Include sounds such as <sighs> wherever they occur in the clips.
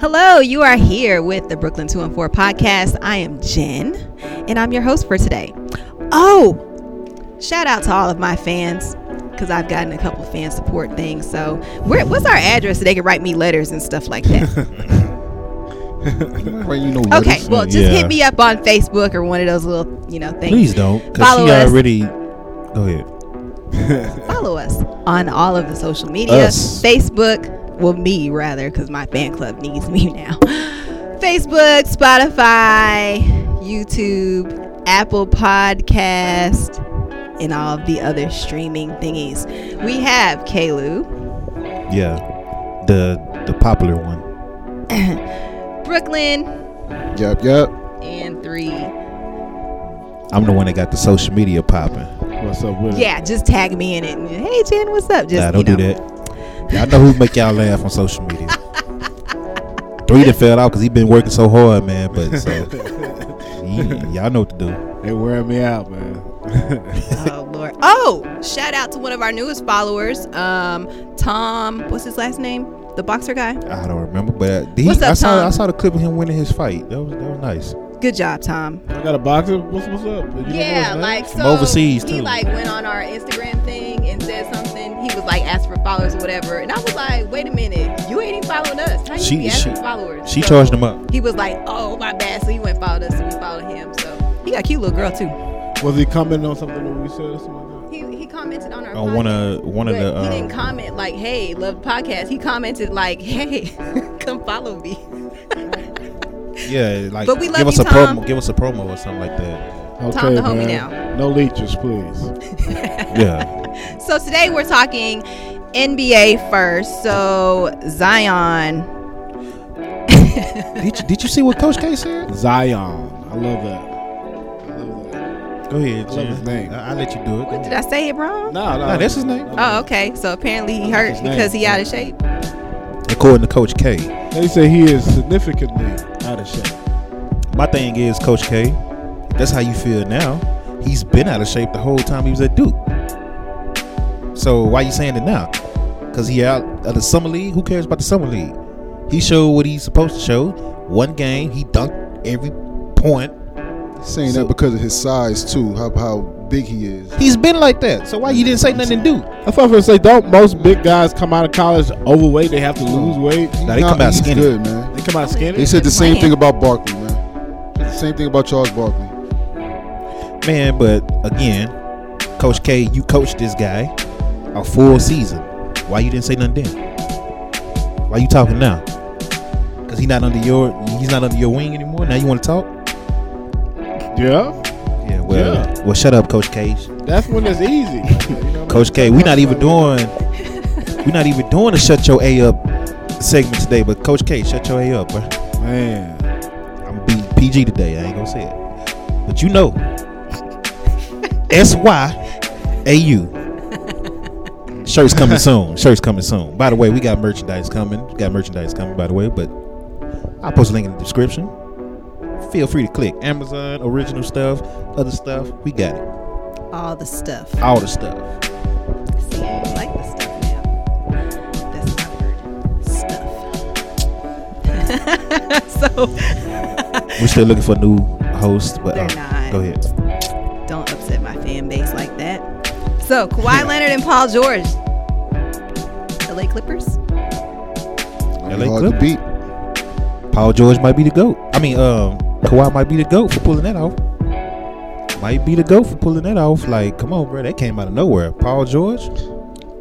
Hello, you are here with the Brooklyn 214 podcast. I am Jen, and I'm your host for today. Oh, shout out to all of my fans because I've gotten a couple fan support things. So, where, what's our address so they can write me letters and stuff like <laughs> that? Why you know Okay, letters? well, just Yeah. hit me up on Facebook or one of those little, you know, things. Please don't. 'cause Follow she us. already. Go ahead. Follow us on all of the social media Us. Facebook, well, me rather, because my fan club needs me <laughs> now. Facebook, Spotify, YouTube, Apple Podcast, and all the other streaming thingies. We have Kalu, Yeah, the the popular one. Brooklyn, Yep, yep. and three. I'm the one that got the social media popping. What's up with Yeah, just tag me in it. and, Hey, Jen, what's up? Just Nah, don't you know. do that. Y'all know who make y'all laugh on social <laughs> media. Three that fell out because he been working so hard, man. But so, <laughs> y- y'all know what to do. it? They wearing me out, man. <laughs> <laughs> oh Lord. Oh, shout out to one of our newest followers, um, Tom. What's his last name? The boxer guy. I don't remember, but he, What's up, I saw Tom? I saw the clip of him winning his fight. That was that was nice. Good job, Tom. I got a boxer. What's what's up? You know Yeah, what's like From so overseas, He too. like went on our Instagram thing and said something. He was like asked for followers or whatever, and I was like, wait a minute, you ain't even following us. How you She- be asking she- followers? She So charged him up. He was like, oh my bad, so he went and followed us, and we followed him. So he got a cute little girl too. up? Was he commenting on something that we said or something like He he commented on our. On Uh, one podcast. of one of But the he didn't um, comment like, "Hey, love the podcast." He commented like, "Hey, <laughs> come follow me." yeah, like But we love give us you, a Tom. promo, give us a promo or something <laughs> like that. that? Tom the homie now. No leeches, please. Yeah, So today we're talking NBA first. So Zion, did you, did you see what Coach K said? Zion. I love that. I love that. Go ahead, I love his name. I, will let you do it. what did I say it wrong? No, no, Nah, that's his name. Oh, okay. So apparently he hurt his name. because he out of shape. According to Coach K, They say he is significantly out of shape. my thing is Coach K. If that's how you feel now. He's been out of shape the whole time he was at Duke. So why you saying it now? Because he out of the summer league. Who cares about the summer league? He showed what he's supposed to show. One game, he dunked every point. Saying So- that because of his size too, how how big he is. He's been like that. So why you didn't say nothing to Duke? That's what I'm gonna say. Don't most big guys come out of college overweight? They have to Oh. lose weight. Nah, they Nah, come out he's skinny. good, man. They come out skinny. They said the Good same plan. thing about Barkley, man. Said the same thing about Charles Barkley. Man, but again, Coach K, you coached this guy a full season. Why you didn't say nothing then? Why you talking now? Cause he not under your he's not under your wing anymore. Now you want to talk? Yeah, Yeah. Well, Yeah. well, shut up, Coach K. that's when it's easy. Coach K, we not even doing we not even doing a shut your a up segment today. But Coach K, shut your a up, bro. Man, I'm be PG today. I ain't gonna say it, but you know, S Y A U. Shirts <laughs> coming soon. Shirts coming soon. By the way, we got merchandise coming. We got merchandise coming. By the way, but I'll post a link in the description. Feel free to click Amazon original stuff, other stuff. We got it. All the stuff. All the stuff. Uh. See, I like the stuff now. That's my word. Stuff. <laughs> so We're still looking for new hosts, but uh, They're not. go ahead. don't upset my fan base like that. So Kawhi Leonard and Paul George, LA <laughs> Clippers. LA Hard to Clippers. beat. Paul George might be the goat. I mean, um, Kawhi might be the goat for pulling that off. Might be the goat for pulling that off. Like, come on, bro, that came out of nowhere. Paul George.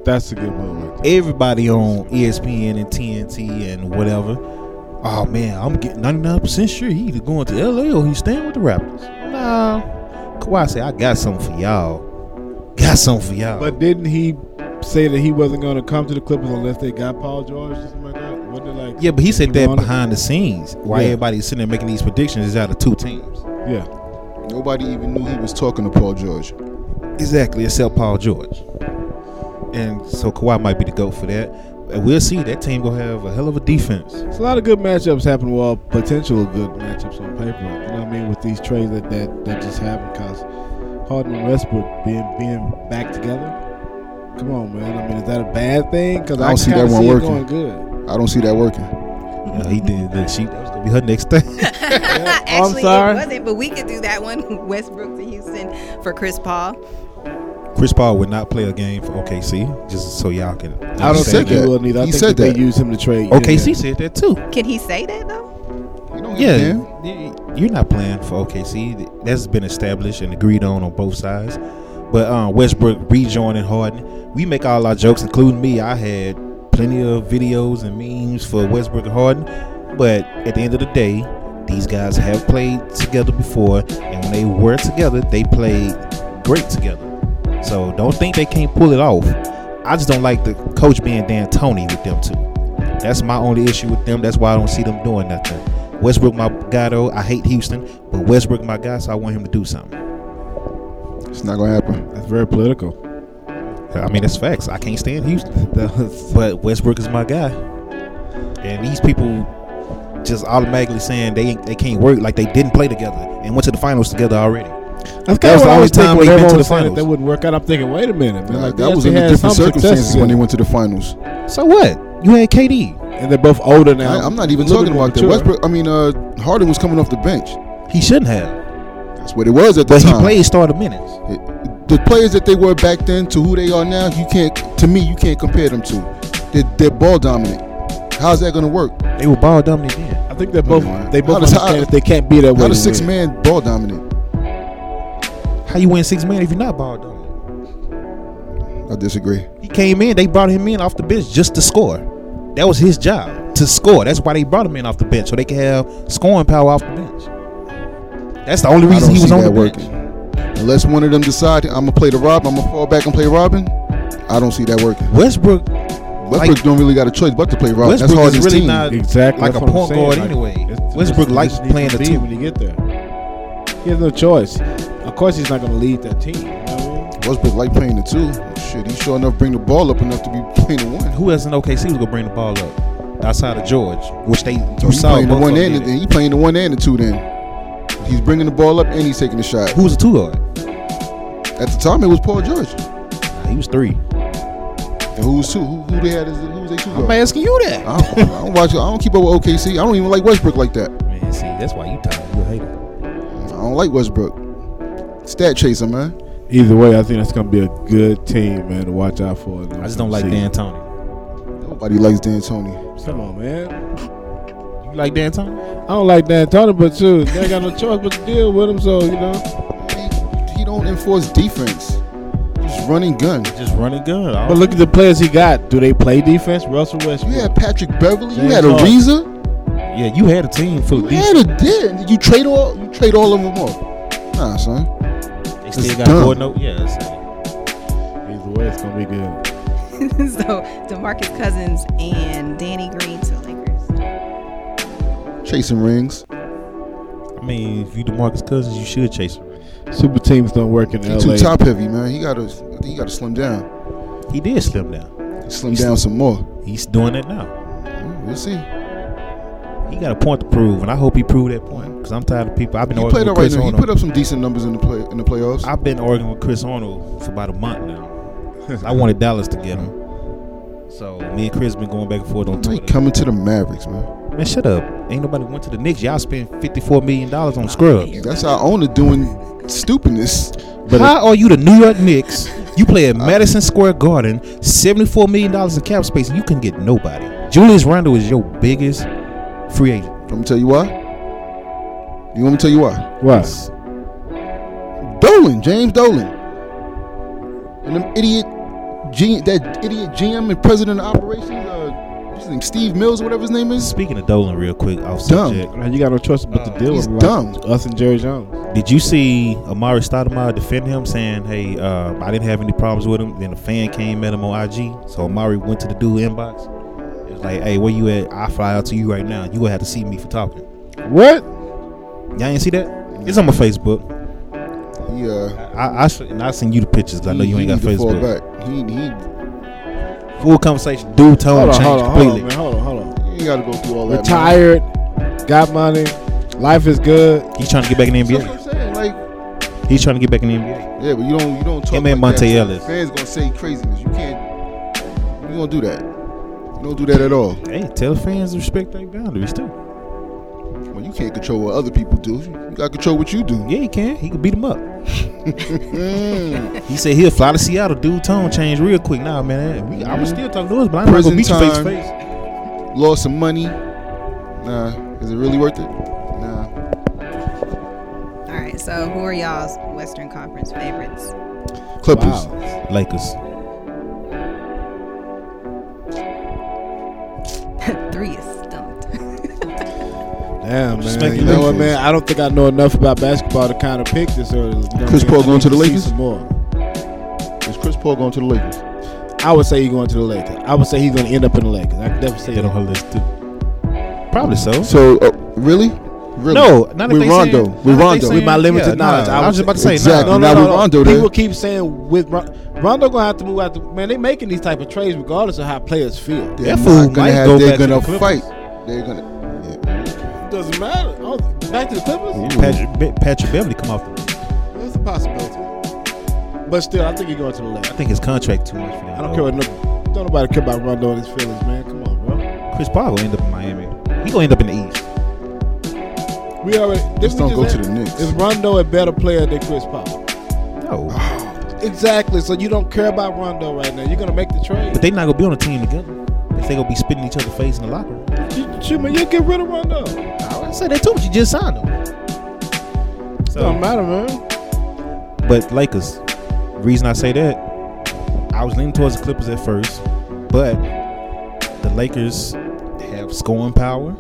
that's a good one. Right Everybody on E ESPN and TNT and whatever. Oh man, I'm getting 99% sure he either going to LA or he's staying with the Raptors. Nah, Kawhi said I got something for y'all. Got something for y'all. there. But didn't he say that he wasn't going to come to the Clippers unless they got Paul George or something like that? Wasn't it like yeah, but he said that Ronda- behind the scenes. Why Yeah. everybody's sitting there making these predictions is out of two teams. Yeah, Nobody even knew he was talking to Paul George. Exactly, except Paul George. And so Kawhi might be the goat for that. And we'll see. That team gonna have a hell of a defense. it's a lot of good matchups happening. Well, potential good matchups on paper. You know what I mean? With these trades that that, that just happened, cause Harden and Westbrook being being back together. Come on, man. I mean, is that a bad thing? Because I don't see kinda that one see it working. going good. I don't see that working. Uh, he did. That she that was gonna be her next thing. <laughs> Actually, Oh, sorry. it wasn't, but we could do that one <laughs> Westbrook to Houston for Chris Paul. Chris Paul would not play a game for OKC. Just so y'all can. I don't understand think that. he will need. I He think said that that. they use him to trade. OKC said that too. Can he say that though? <laughs> You know, Yeah, yeah. y- you're not playing for OKC. That's been established and agreed on on both sides. But um, Westbrook rejoining Harden. We make all our jokes, including me. I had plenty of videos and memes for Westbrook and Harden. But at the end of the day, these guys have played together before, and when they were together, they played great together. So don't think they can't pull it off. I just don't like the coach being Dan Tony with them two. That's my only issue with them. That's why I don't see them doing nothing. Westbrook, my guy, though. I hate Houston, but Westbrook, my guy, so I want him to do something. It's not gonna happen. That's very political. <laughs> I mean, that's facts. I can't stand Houston, <laughs> That was- but Westbrook is my guy. And these people just automatically saying they they can't work like they didn't play together and went to the finals together already. That's kind That was the of only was time time they've we been been to the That finals. they wouldn't work out. I'm thinking, wait a minute, man. Nah, like, that they was actually under had different some success circumstances when they here. went to the finals. So what? You had KD. and they're both older now. I, am not even a little talking bit more about that. mature. Westbrook. I mean, uh, Harden was coming off the bench. He shouldn't have, That's what it was at the but he time. played starter minutes. It- the players that they were back then to who they are now, you can't. To me, you can't compare them to. They're, they're ball dominant. How's that gonna work? They were ball dominant then. I think they're both. Nah, They both how does- understand how- that they can't be that way. How to does six win. man ball dominant? How you win six man if you're not ball dominant? I disagree. He came in, they brought him in off the bench just to score. That was his job to score. That's why they brought him in off the bench so they could have scoring power off the bench. That's the only I reason don't he was see on the that bench. working. Unless one of them decide I'm gonna play the Rob, I'm gonna fall back and play Robin. I don't see that working. Westbrook, Westbrook don't really got a choice but to play Robin. That's Westbrook is Harden's really team. not- Exactly. Like that's a what I'm point saying. guard anyway. it's- it's Westbrook just- likes you just need playing to the lead team. when you get there. He has no choice. Of course, he's not going to lead that team. You know what I mean? Westbrook like playing the two. Shit, he sure enough bring the ball up enough to be playing the one. who else in OKC was gonna bring the ball up outside of George, which they you He saw playing the both one of them and the, did it. he playing the one and the two. Then he's bringing the ball up and he's taking the shot. Who was a two guard? At the time, it was Paul George. Nah, he was three. And who was two? Who, who they had? As, the- who was they two? I'm guard? asking you that. I don't, I don't watch. I don't keep up with OKC. I don't even like Westbrook like that. Man, see, that's why you tired. You hate it. I don't like Westbrook. Stat chaser, man. Either way, I think that's going to be a good team, man, to watch out for. in the I just don't like season. Dan Tony. Nobody likes D'Antoni. Come on, man. You like Dan Tony? I don't like Dan Tony, but too, they ain't got no choice but to deal with him. So you know, He, he don't enforce defense. Just running gun. Just running good. but look at the players he got. Do they play defense? Russell You Westbrook. had Patrick Beverly. You James had Harden. Ariza. yeah, you had a team full of You these. had a did. You trade all. You trade all of them off. Nah, son. They It's still got dumb. Gordon. O- Yeah, it's- Either way, it's going to be good. so Demarcus Cousins and Danny Green to Lakers. Chasing rings. I mean, if you Demarcus Cousins, you should chase him. Super teams don't work in He LA. too top heavy, man. He gotta. I think he gotta slim down. He did slim down. Slim down some more. He's doing it now. Mm, We'll see. He got a point to prove, and I hope he proved that point because I'm tired of people. I've been He arguing played with all right Chris now. He Arnold. put up some decent numbers in the play in the playoffs. I've been arguing with Chris Arnold for about a month now. I wanted Dallas to get him, so me and Chris been going back and forth on They Twitter. coming to the Mavericks, man. Man, shut up! Ain't nobody went to the Knicks. Y'all spent fifty-four million dollars on scrubs. That's our owner doing stupidness. But How are you the New York Knicks? You play Uh, at Madison Square Garden, seventy-four million dollars in cap space, and you can get nobody. Julius Randle is your biggest free agent. Let me tell you why. You want me to tell you why? What? Dolan, James Dolan, and them idiot, G, that idiot GM and president of operations, uh, what's his name, Steve Mills, or whatever his name is. Speaking of Dolan, real quick, off Dumb. subject. Man, you got no choice but to deal Uh, He's with him. dumb. Us and Jerry Jones. Did you see Amari Stoudemire defend him, saying, "Hey, uh, I didn't have any problems with him." Then a fan came at him on IG, so Amari went to the dude inbox. It was like, "Hey, where you at? I fly out to you right now. You gonna have to see me for talking." What? Y'all ain't see that? It's on my Facebook. He, uh, I I, should, and I send you the pictures. 'cause I know he- you he ain't got need to fall Facebook. Back. He, he, Full conversation. Dude, tone Hold on, changed hold on, hold on, completely. man. Hold on, hold on. he got to go through all that. man. Retired, got money, life is good. He's trying to get back in the That's NBA. what I'm saying. Like, He's trying to get back in the NBA. yeah, but you don't, you don't talk. Him and like that. Monte Ellis. Fans gonna say craziness. You can't. You gonna do that? You Don't do that at all. Hey, tell fans to respect their boundaries too. Well, you can't control what other people do. You got to control what you do. Yeah, he can. He can beat <laughs> them up. Mm. He said he'll fly to Seattle, dude. Tone change real quick. Nah, man. We, I was still talking to us, but I'm not gonna Prison beat you face to time. face. Lost some money. Nah, is it really worth it? Nah. All right, so who are y'all's Western Conference favorites? <laughs> Clippers. Wow. Lakers. Three is stumped. Damn, Just man. make You it know what, easy. man? I don't think I know enough about basketball to kind of pick this early. You know what Chris I mean? Paul I going to need the see Lakers? some more. Is Chris Paul going to the Lakers? I would say he's going to the Lakers. I would say he's going to end up in the Lakers. I could definitely say They that. on her list too. Probably so. So, uh, really? Really? No, not if With they Rondo. saying- With not if they Rondo. saying- with my limited yeah, nah, knowledge, I would was just about to say, Exactly. nah. No, no, Now no, with no. Rondo, People they- keep saying with Ron- Rondo gonna have to move out. The, man, they making these type of trades regardless of how players feel. They're That not fool gonna might go They're back to gonna the Clippers. fight. They're gonna. Yeah. Doesn't matter. Oh, back to the Clippers. Patrick, Be- Patrick Beverly come off. It's a possibility. But still, I think he's going to the I left. think his contract too much for them. I don't though. care what no, don't nobody care about Rondo and his feelings, man. Come on, bro. Chris Paul will end up in Miami. He gonna end up in the East. We already didn't Just we don't go ask- to the Knicks. Is Rondo a better player than Chris Paul? <sighs> No, Exactly. So you don't care about Rondo right now. You're gonna make the trade. but they not gonna be on a team together. If they gonna be spitting each other face in the locker room. You, shoot, man, you get rid of Rondo. I would say that too, but you just signed Um, him. Don't So, matter, man. but Lakers. Reason I say that, I was leaning towards the Clippers at first, but the Lakers have scoring power.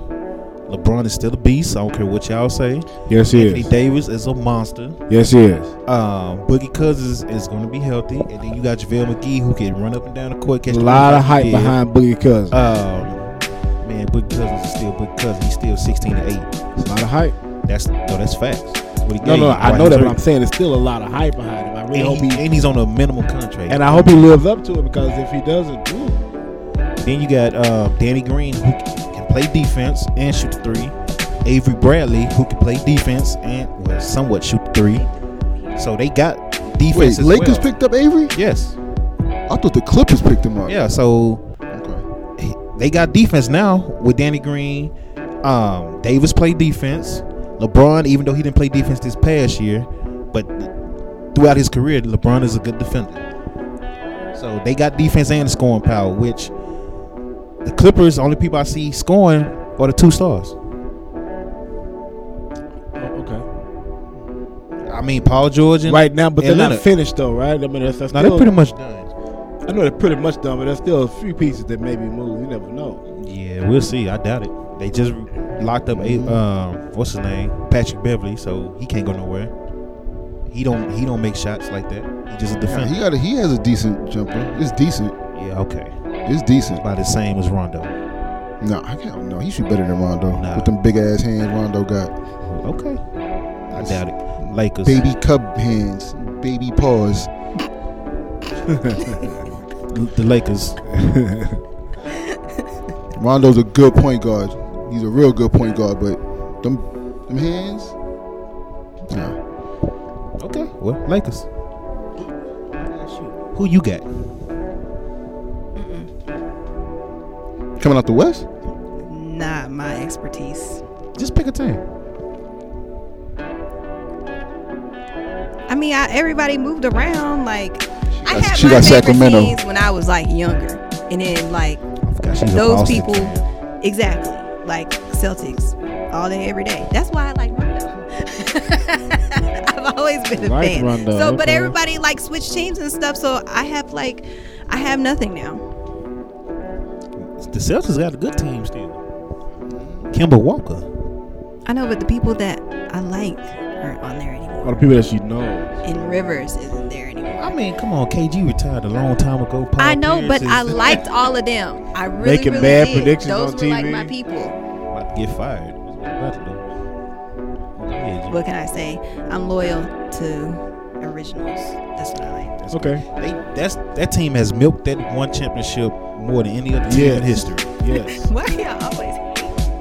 LeBron is still a beast. I don't care what y'all say. Yes, Anthony Davis is a monster. Yes, he is. Um, Boogie Cousins is going to be healthy, and then you got JaVale McGee who can run up and down the court. Catch A the lot ball of hype like he did. behind Boogie Cousins. Um, man, Boogie Cousins is still Boogie Cousins. He's still sixteen to eight. a lot of hype. That's no, that's facts. That's what he No, gave no, you. I Right, know that, he's but I'm saying there's still a lot of hype behind him. I really and, hope he- he and he's on a minimum contract. and I hope he lives up to it because if he doesn't, ooh, then you got uh, Danny Green who can can play defense and shoot the three. Avery Bradley who can play defense and well, somewhat shoot the three. So they got defense. Wait, as Lakers well. picked up Avery? Yes. I thought the Clippers picked him up. Yeah. So Okay. they got defense now with Danny Green. Um, Davis played defense. LeBron, even though he didn't play defense this past year, but throughout his career, LeBron is a good defender. So they got defense and scoring power, which the Clippers, only people I see scoring are the two stars. Oh, okay. I mean, Paul George and Right now, but they're and not Leonard. finished though, right? I mean, that's, that's Now still, they're pretty much done. I know they're pretty much done, but there's still a few pieces that maybe move. You never know. Yeah, we'll see. I doubt it. They just locked up a um, what's his name, Patrick Beverly, so he can't go nowhere. He don't he don't make shots like that. He just a Yeah, defender. he got a, he has a decent jumper. It's decent. Yeah, okay. It's decent. About the same as Rondo. No, I can't. No, he shoot better than Rondo Nah. with them big ass hands Rondo got. Okay, I doubt it. Lakers. Baby cub hands, baby paws. The Lakers. Rondo's a good point guard. He's a real good point guard, but them them hands. Nah. Okay. Well, Lakers. Who you got? Coming out the West. Not my expertise. Just pick a team. I mean, I, everybody moved around. Like, I got- had she my got favorite Sacramento. teams when I was like younger, and then like I forgot she's a those Boston people, fan. exactly, like Celtics, all day, every day. That's why I like Rondo. <laughs> I've always been a Like fan. Rondo, so, but okay. everybody like switched teams and stuff. So I have like, I have nothing now. The Celtics got a good team still. Kimber Walker. I know, but the people that I like aren't on there A anymore. lot of people that you know. And Rivers isn't there anymore. I mean, come on, KG retired a long time ago. Paul I know, but Pierce I <laughs> is- liked all of them. I really, Making really bad did. predictions Those on were like TV. my people. about to get fired. That's what I'm about to do. Yeah, you- What can I say? I'm loyal to originals. That's what I like. that's Okay. They, that's that team has milked that one championship more than any other team Yes. in history. Yes. <laughs> <laughs> Why y'all always?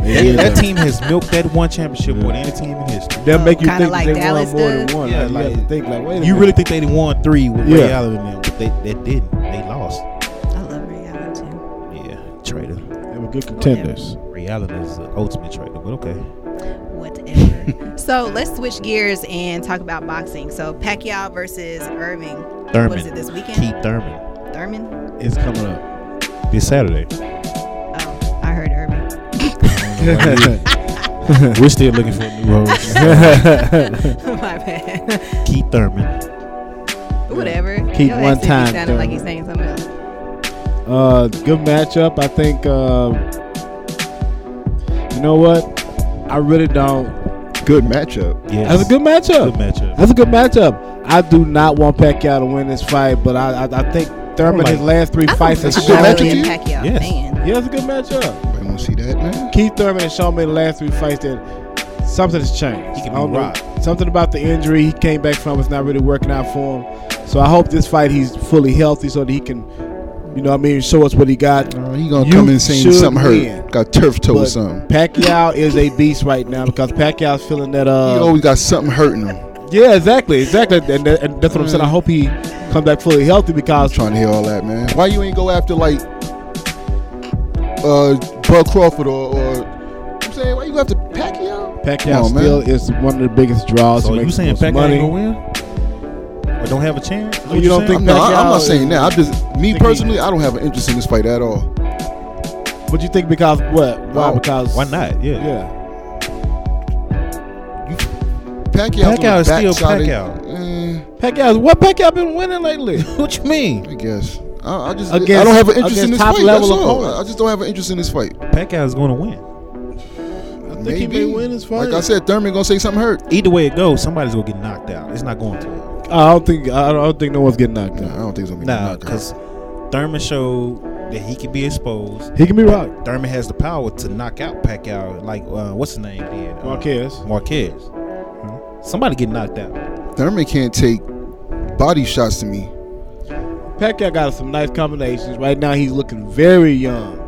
That, Yeah. that team has milked that one championship more Yeah. than any team in history. They'll Oh, make you kinda think like they Dallas won more does. than one. Yeah, Yeah, like, you have like- to think like, wait a You minute. really think they didn't won three with Yeah. Ray Allen and them? They that didn't. They lost. I love Ray Allen too. Yeah, traitor. were good contenders. Ray Allen is the ultimate trainer, but okay. Whatever. <laughs> so let's switch gears and talk about boxing. So Pacquiao versus Irving. Thurman. What is it this weekend? Keith Thurman. Thurman. It's coming up. <laughs> <laughs> This Saturday. Oh, I heard Irving. <laughs> We're still looking for a new <laughs> host. My bad. Keith Thurman. Whatever. Keith Your one accent be time, Sounding like Thurman. he's saying something else. uh, good matchup. I think. Uh, you know what? I really don't. Good matchup. Yes. That's a good matchup. Good matchup. That's a good matchup. I do not want Pacquiao to win this fight, but I I, I think Thurman Like- his last three I'm fights has a good shown matchup me. to William you? Pacquiao Yes. fan. Yeah, it's a good matchup. I want to see that, man. Keith Thurman has shown me the last three fights that something's changed. He can I don't be know. rocked. Something about the injury he came back from is not really working out for him. So I hope this fight he's fully healthy so that he can, you know, what I mean, show us what he got. Uh, he gonna You come in saying should something win. hurt. Got turf toe or But something. Pacquiao is a beast right now because Pacquiao's feeling that. He Uh, always got something hurting him. yeah, exactly, exactly, and, that- and that's what I'm Mm. saying. I hope he comes back fully healthy because Trying to hear all that, man. Why you ain't go after like uh Bud Crawford or, or I'm saying why you go after Pacquiao? Pacquiao Come on, still is one of the biggest draws. Oh, So he you makes the saying most Pacquiao money. ain't gonna win? Or don't have a chance? Is Oh, what you you're don't saying? think No, I, I'm Pacquiao not is- saying that. I just Think me he- personally, I don't have an interest in this fight at all. But you think because what? Why? No. Because Oh, Why not? Yeah. Yeah, Pacquiao's Pacquiao on is the still backside of- Pacquiao. Eh, Pacquiao. What Pacquiao been winning lately? <laughs> What you mean? I guess. I, I just I Against- don't have an interest in against this top fight. level That's all. opponents. I just don't have an interest in this fight. Pacquiao's going to win. I think he may win this fight. Like I said, Thurman gonna say something hurt. Either way it goes, somebody's gonna get knocked out. It's not going to. I don't think I don't think no one's getting knocked Nah, I out. don't think it's gonna be Nah, knocked out. because Thurman showed that he can be exposed. He can be rocked. Thurman has the power to knock out Pacquiao. Like uh, what's his name? Did uh, Marquez. Marquez. Hmm? Somebody get knocked out. Thurman can't take body shots to me. Pacquiao got some nice combinations. Right now, he's looking very young,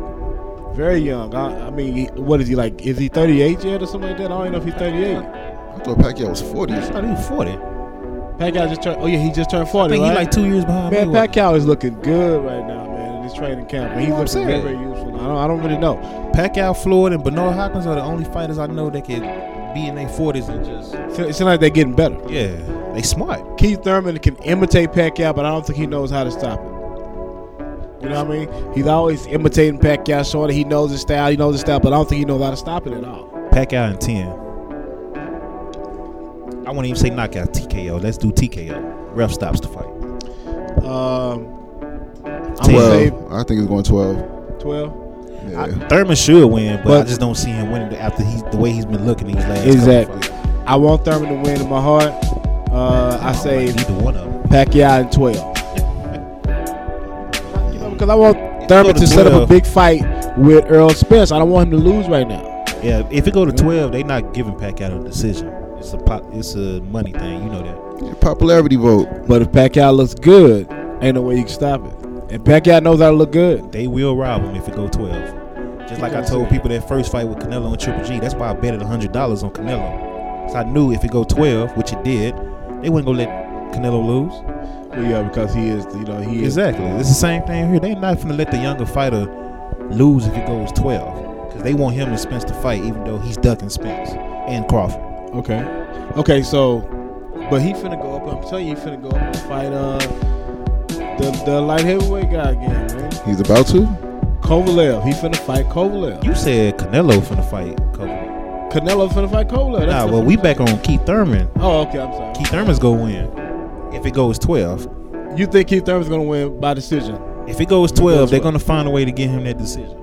very young. I, I mean, he- what is he like? Is he 38 yet or something like that? I don't even know if he's 38. I thought Pacquiao was 40. I thought he was forty. I Pacquiao just turned. Oh yeah, he just turned 40. think right? he like two years behind Man, me. What- Pacquiao is looking good right now, man. In his training camp, he's what I'm looking very, saying. very useful. I don't, I don't really know. Pacquiao, Floyd, and Bernard Hopkins are the only fighters I know that can be in their forties and just It seems like they're getting better. yeah, they smart. Keith Thurman can imitate Pacquiao, but I don't think he knows how to stop it. You know what I mean? He's always imitating Pacquiao, showing that he knows his style, he knows his style, but I don't think he knows how to stop it at all. Pacquiao and ten. I won't even say knockout TKO. Let's do TKO. Ref stops the fight. Um, I'm Well- going to 12. I think it's going 12. say 12. Yeah. Thurman should win, but, I But- just don't see him winning after he's the way he's been looking these last Exactly. couple of I want Thurman to win in my heart. Uh, I fights. say either one of them. Pacquiao in 12. you know, because I want Thurman to to set up a 12. big fight with Earl Spence. I don't want him to lose right now. Yeah, if it go to twelve, they not giving Pacquiao a decision. It's a pop, it's a money thing. You know that. Yeah, Popularity vote. But if Pacquiao looks good, ain't no way you can stop it. And Pacquiao knows how to look good. They will rob him if it go twelve. Just like I told people that first fight with Canelo and Triple G. That's why I betted hundred dollars on Canelo. Cause I knew if it go twelve, which it did, they wouldn't go let Canelo lose. Well, yeah, because he is, you know, he is. Exactly. It's the same thing here. They not gonna let the younger fighter lose if it goes twelve. Cause they want him and Spence to fight, even though he's ducking Spence and Crawford. Okay. Okay, so, but he finna go up. I'm telling you, he finna go up and fight uh the the light heavyweight guy again, man. He's about to? Kovalev. He finna fight Kovalev. You said Canelo finna fight Covey. Canelo finna fight Kovalev. Nah, That's well, what- we back on Keith Thurman. Oh, okay. I'm sorry. Keith Thurman's gonna win if it goes twelve. You think Keith Thurman's gonna win by decision? If it goes twelve, they're 12. gonna find a way to get him that decision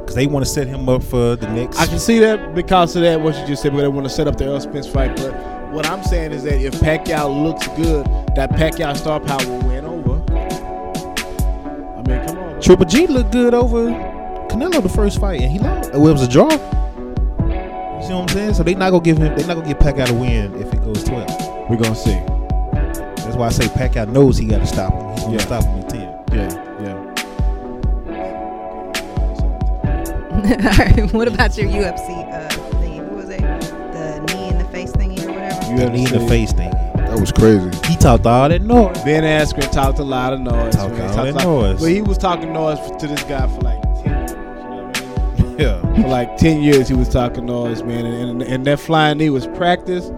because they want to set him up for the next. I can see that because of that what you just said, but they want to set up the Earl Spence fight. But what I'm saying is that if Pacquiao looks good, that Pacquiao star power will win over. I mean, come on. Triple G looked good over Canelo the first fight, and he lost. Well, it was a draw. You see what I'm saying? So they not gonna give him. They not gonna get Pacquiao to win if it goes twelve. We're gonna see. That's why I say Pacquiao knows he got to stop him. He's gonna Yeah. stop him in ten. Yeah, yeah. All right. <laughs> What about your UFC uh, thingy? What was it? The knee in the face thingy or whatever? You The knee in the understand? face thing. That That was crazy. He talked all that noise. Ben Askren talked a lot of noise. Talked man. all He talked that a lot- noise. But he was talking noise f- to this guy for like 10 years. You know what I mean? Yeah. For like 10 years, he was talking noise, man. And, and, and that flying knee was practice.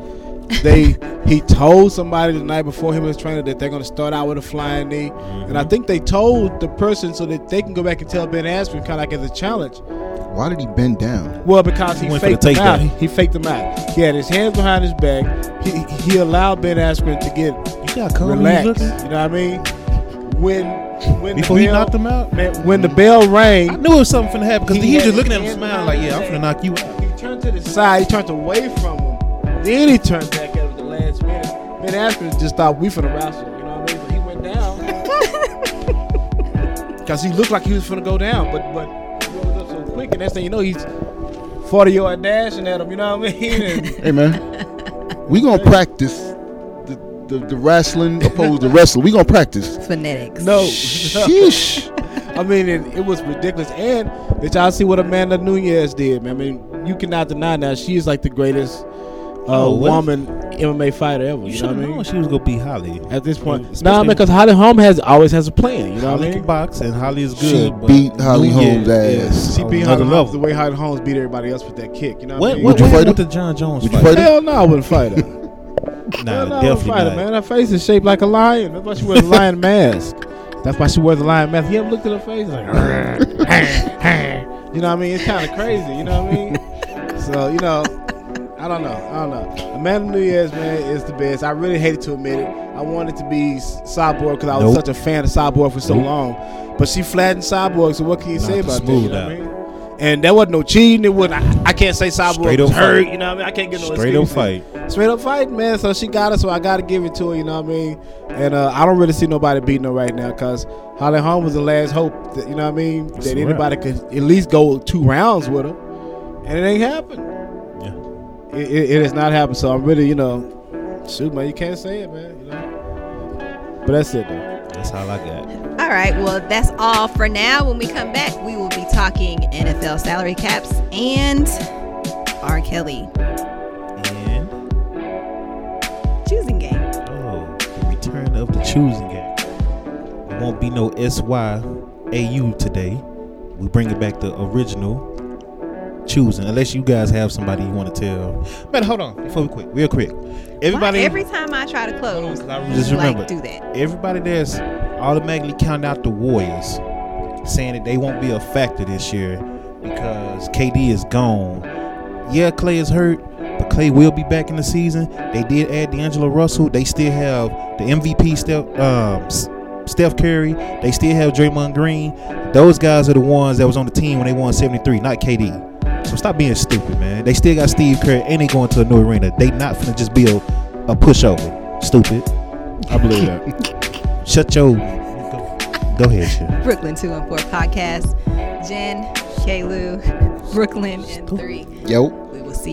<laughs> They He told somebody the night before him and his trainer that they're going to start out with a flying knee. And I Mm-hmm. think they told the person so that they can go back and tell Ben Askren kind of like as a challenge. Why did he bend down? Well, because he Went for the faked him out. takedown. He, he faked him out. He had his hands behind his back. He, he allowed Ben Askren to get You got cold relax. Oh, looking You know what I mean? When when before the he bell, knocked him out. man, when the bell rang, I knew it was something finna happen because He he, was had just looking at his him hand smiling like, yeah, I'm finna behind knock you out. he turned to the side. He turned away from him. Then he turned back at him at the last minute. Ben Askren just thought we finna wrestle. You know what I mean? But he went <laughs> down because he looked like he was finna go down, but but he rose up so quick, and next thing you know, he's forty yard dashing at him. You know what I mean? <laughs> And Hey man, we gonna practice the, the, the wrestling opposed to wrestling. We gonna practice. Phonetics. no, Oh. <laughs> Sheesh. <laughs> I mean, and it was ridiculous. And did y'all see what Amanda Nunez did? man? I mean, you cannot deny now she is like the greatest uh, Oh, what? woman MMA fighter ever. You, You know what should have I mean? known she was gonna be Holly. At this point, Especially- no, nah, because Holly Holm has always has a plan. You know what I Holly can mean? box and Holly is She good. but beat Holly Holm's Nunez ass. is She on beat another Holly Holm level. the way Holly Holmes beat everybody else with that kick. You know what, I What, mean? what you would you fight fight with her? the John Jones Would you fight? fight her? Hell no, I wouldn't fight <laughs> her. Nah, Hell no, I wouldn't definitely fight her, not. man. Her face is shaped like a lion. That's why she wears a lion mask. That's why she wears a lion mask. You ever looked at her face? It's Like, <laughs> you know what I mean? It's kind of crazy. You know what I mean? So you know, I don't know. I don't know. Amanda Nunez, man, is the best. I really hated to admit it. I wanted to be S- Cyborg because I was Nope. such a fan of Cyborg for so Nope. long, but she flattened Cyborg. So what can you say Knocked about that? the You smooth know what I mean? And there wasn't no cheating. It wasn't. I, I can't say Cyborg Straight was up hurt. fight. You know what I mean? I can't get no Straight up excuses fight. straight up fight, man. So she got it, so I got to give it to her. You know what I mean? And uh, I don't really see nobody beating her right now because Holly Holm was the last hope. That, you know what I mean? It's that a wrap. anybody could at least go two rounds with her, and it ain't happened. Yeah. It, it, it has not happened. So I'm really, you know, shoot, man, you can't say it, man. You know? But that's it, though. That's all I got. All right, well, that's all for now. When we come back, we will be talking NFL salary caps and R. Kelly And choosing game. oh, the return of the choosing game. It won't be no S Y A U today. We bring it back the original choosing. Unless you guys have somebody you want to tell. Man, hold on. Before we quit, real quick. Everybody Why every time I try to close, Hold on, 'cause I you just like remembered. do that. everybody that's automatically counting out the Warriors, saying that they won't be a factor this year because KD is gone. Yeah, Clay is hurt, but Clay will be back in the season. They did add D'Angelo Russell. They still have the MVP Steph, um, S- Steph Curry. They still have Draymond Green. Those guys are the ones that was on the team when they won 73, not KD. So stop being stupid, man. They still got Steve Kerr and they going to a new arena. They not finna just be a, a pushover. Stupid. I believe that. Shut your. Go, go ahead, shit. Brooklyn 214 podcast. Jen, Kalu, <laughs> Brooklyn, and three. Yo. We will see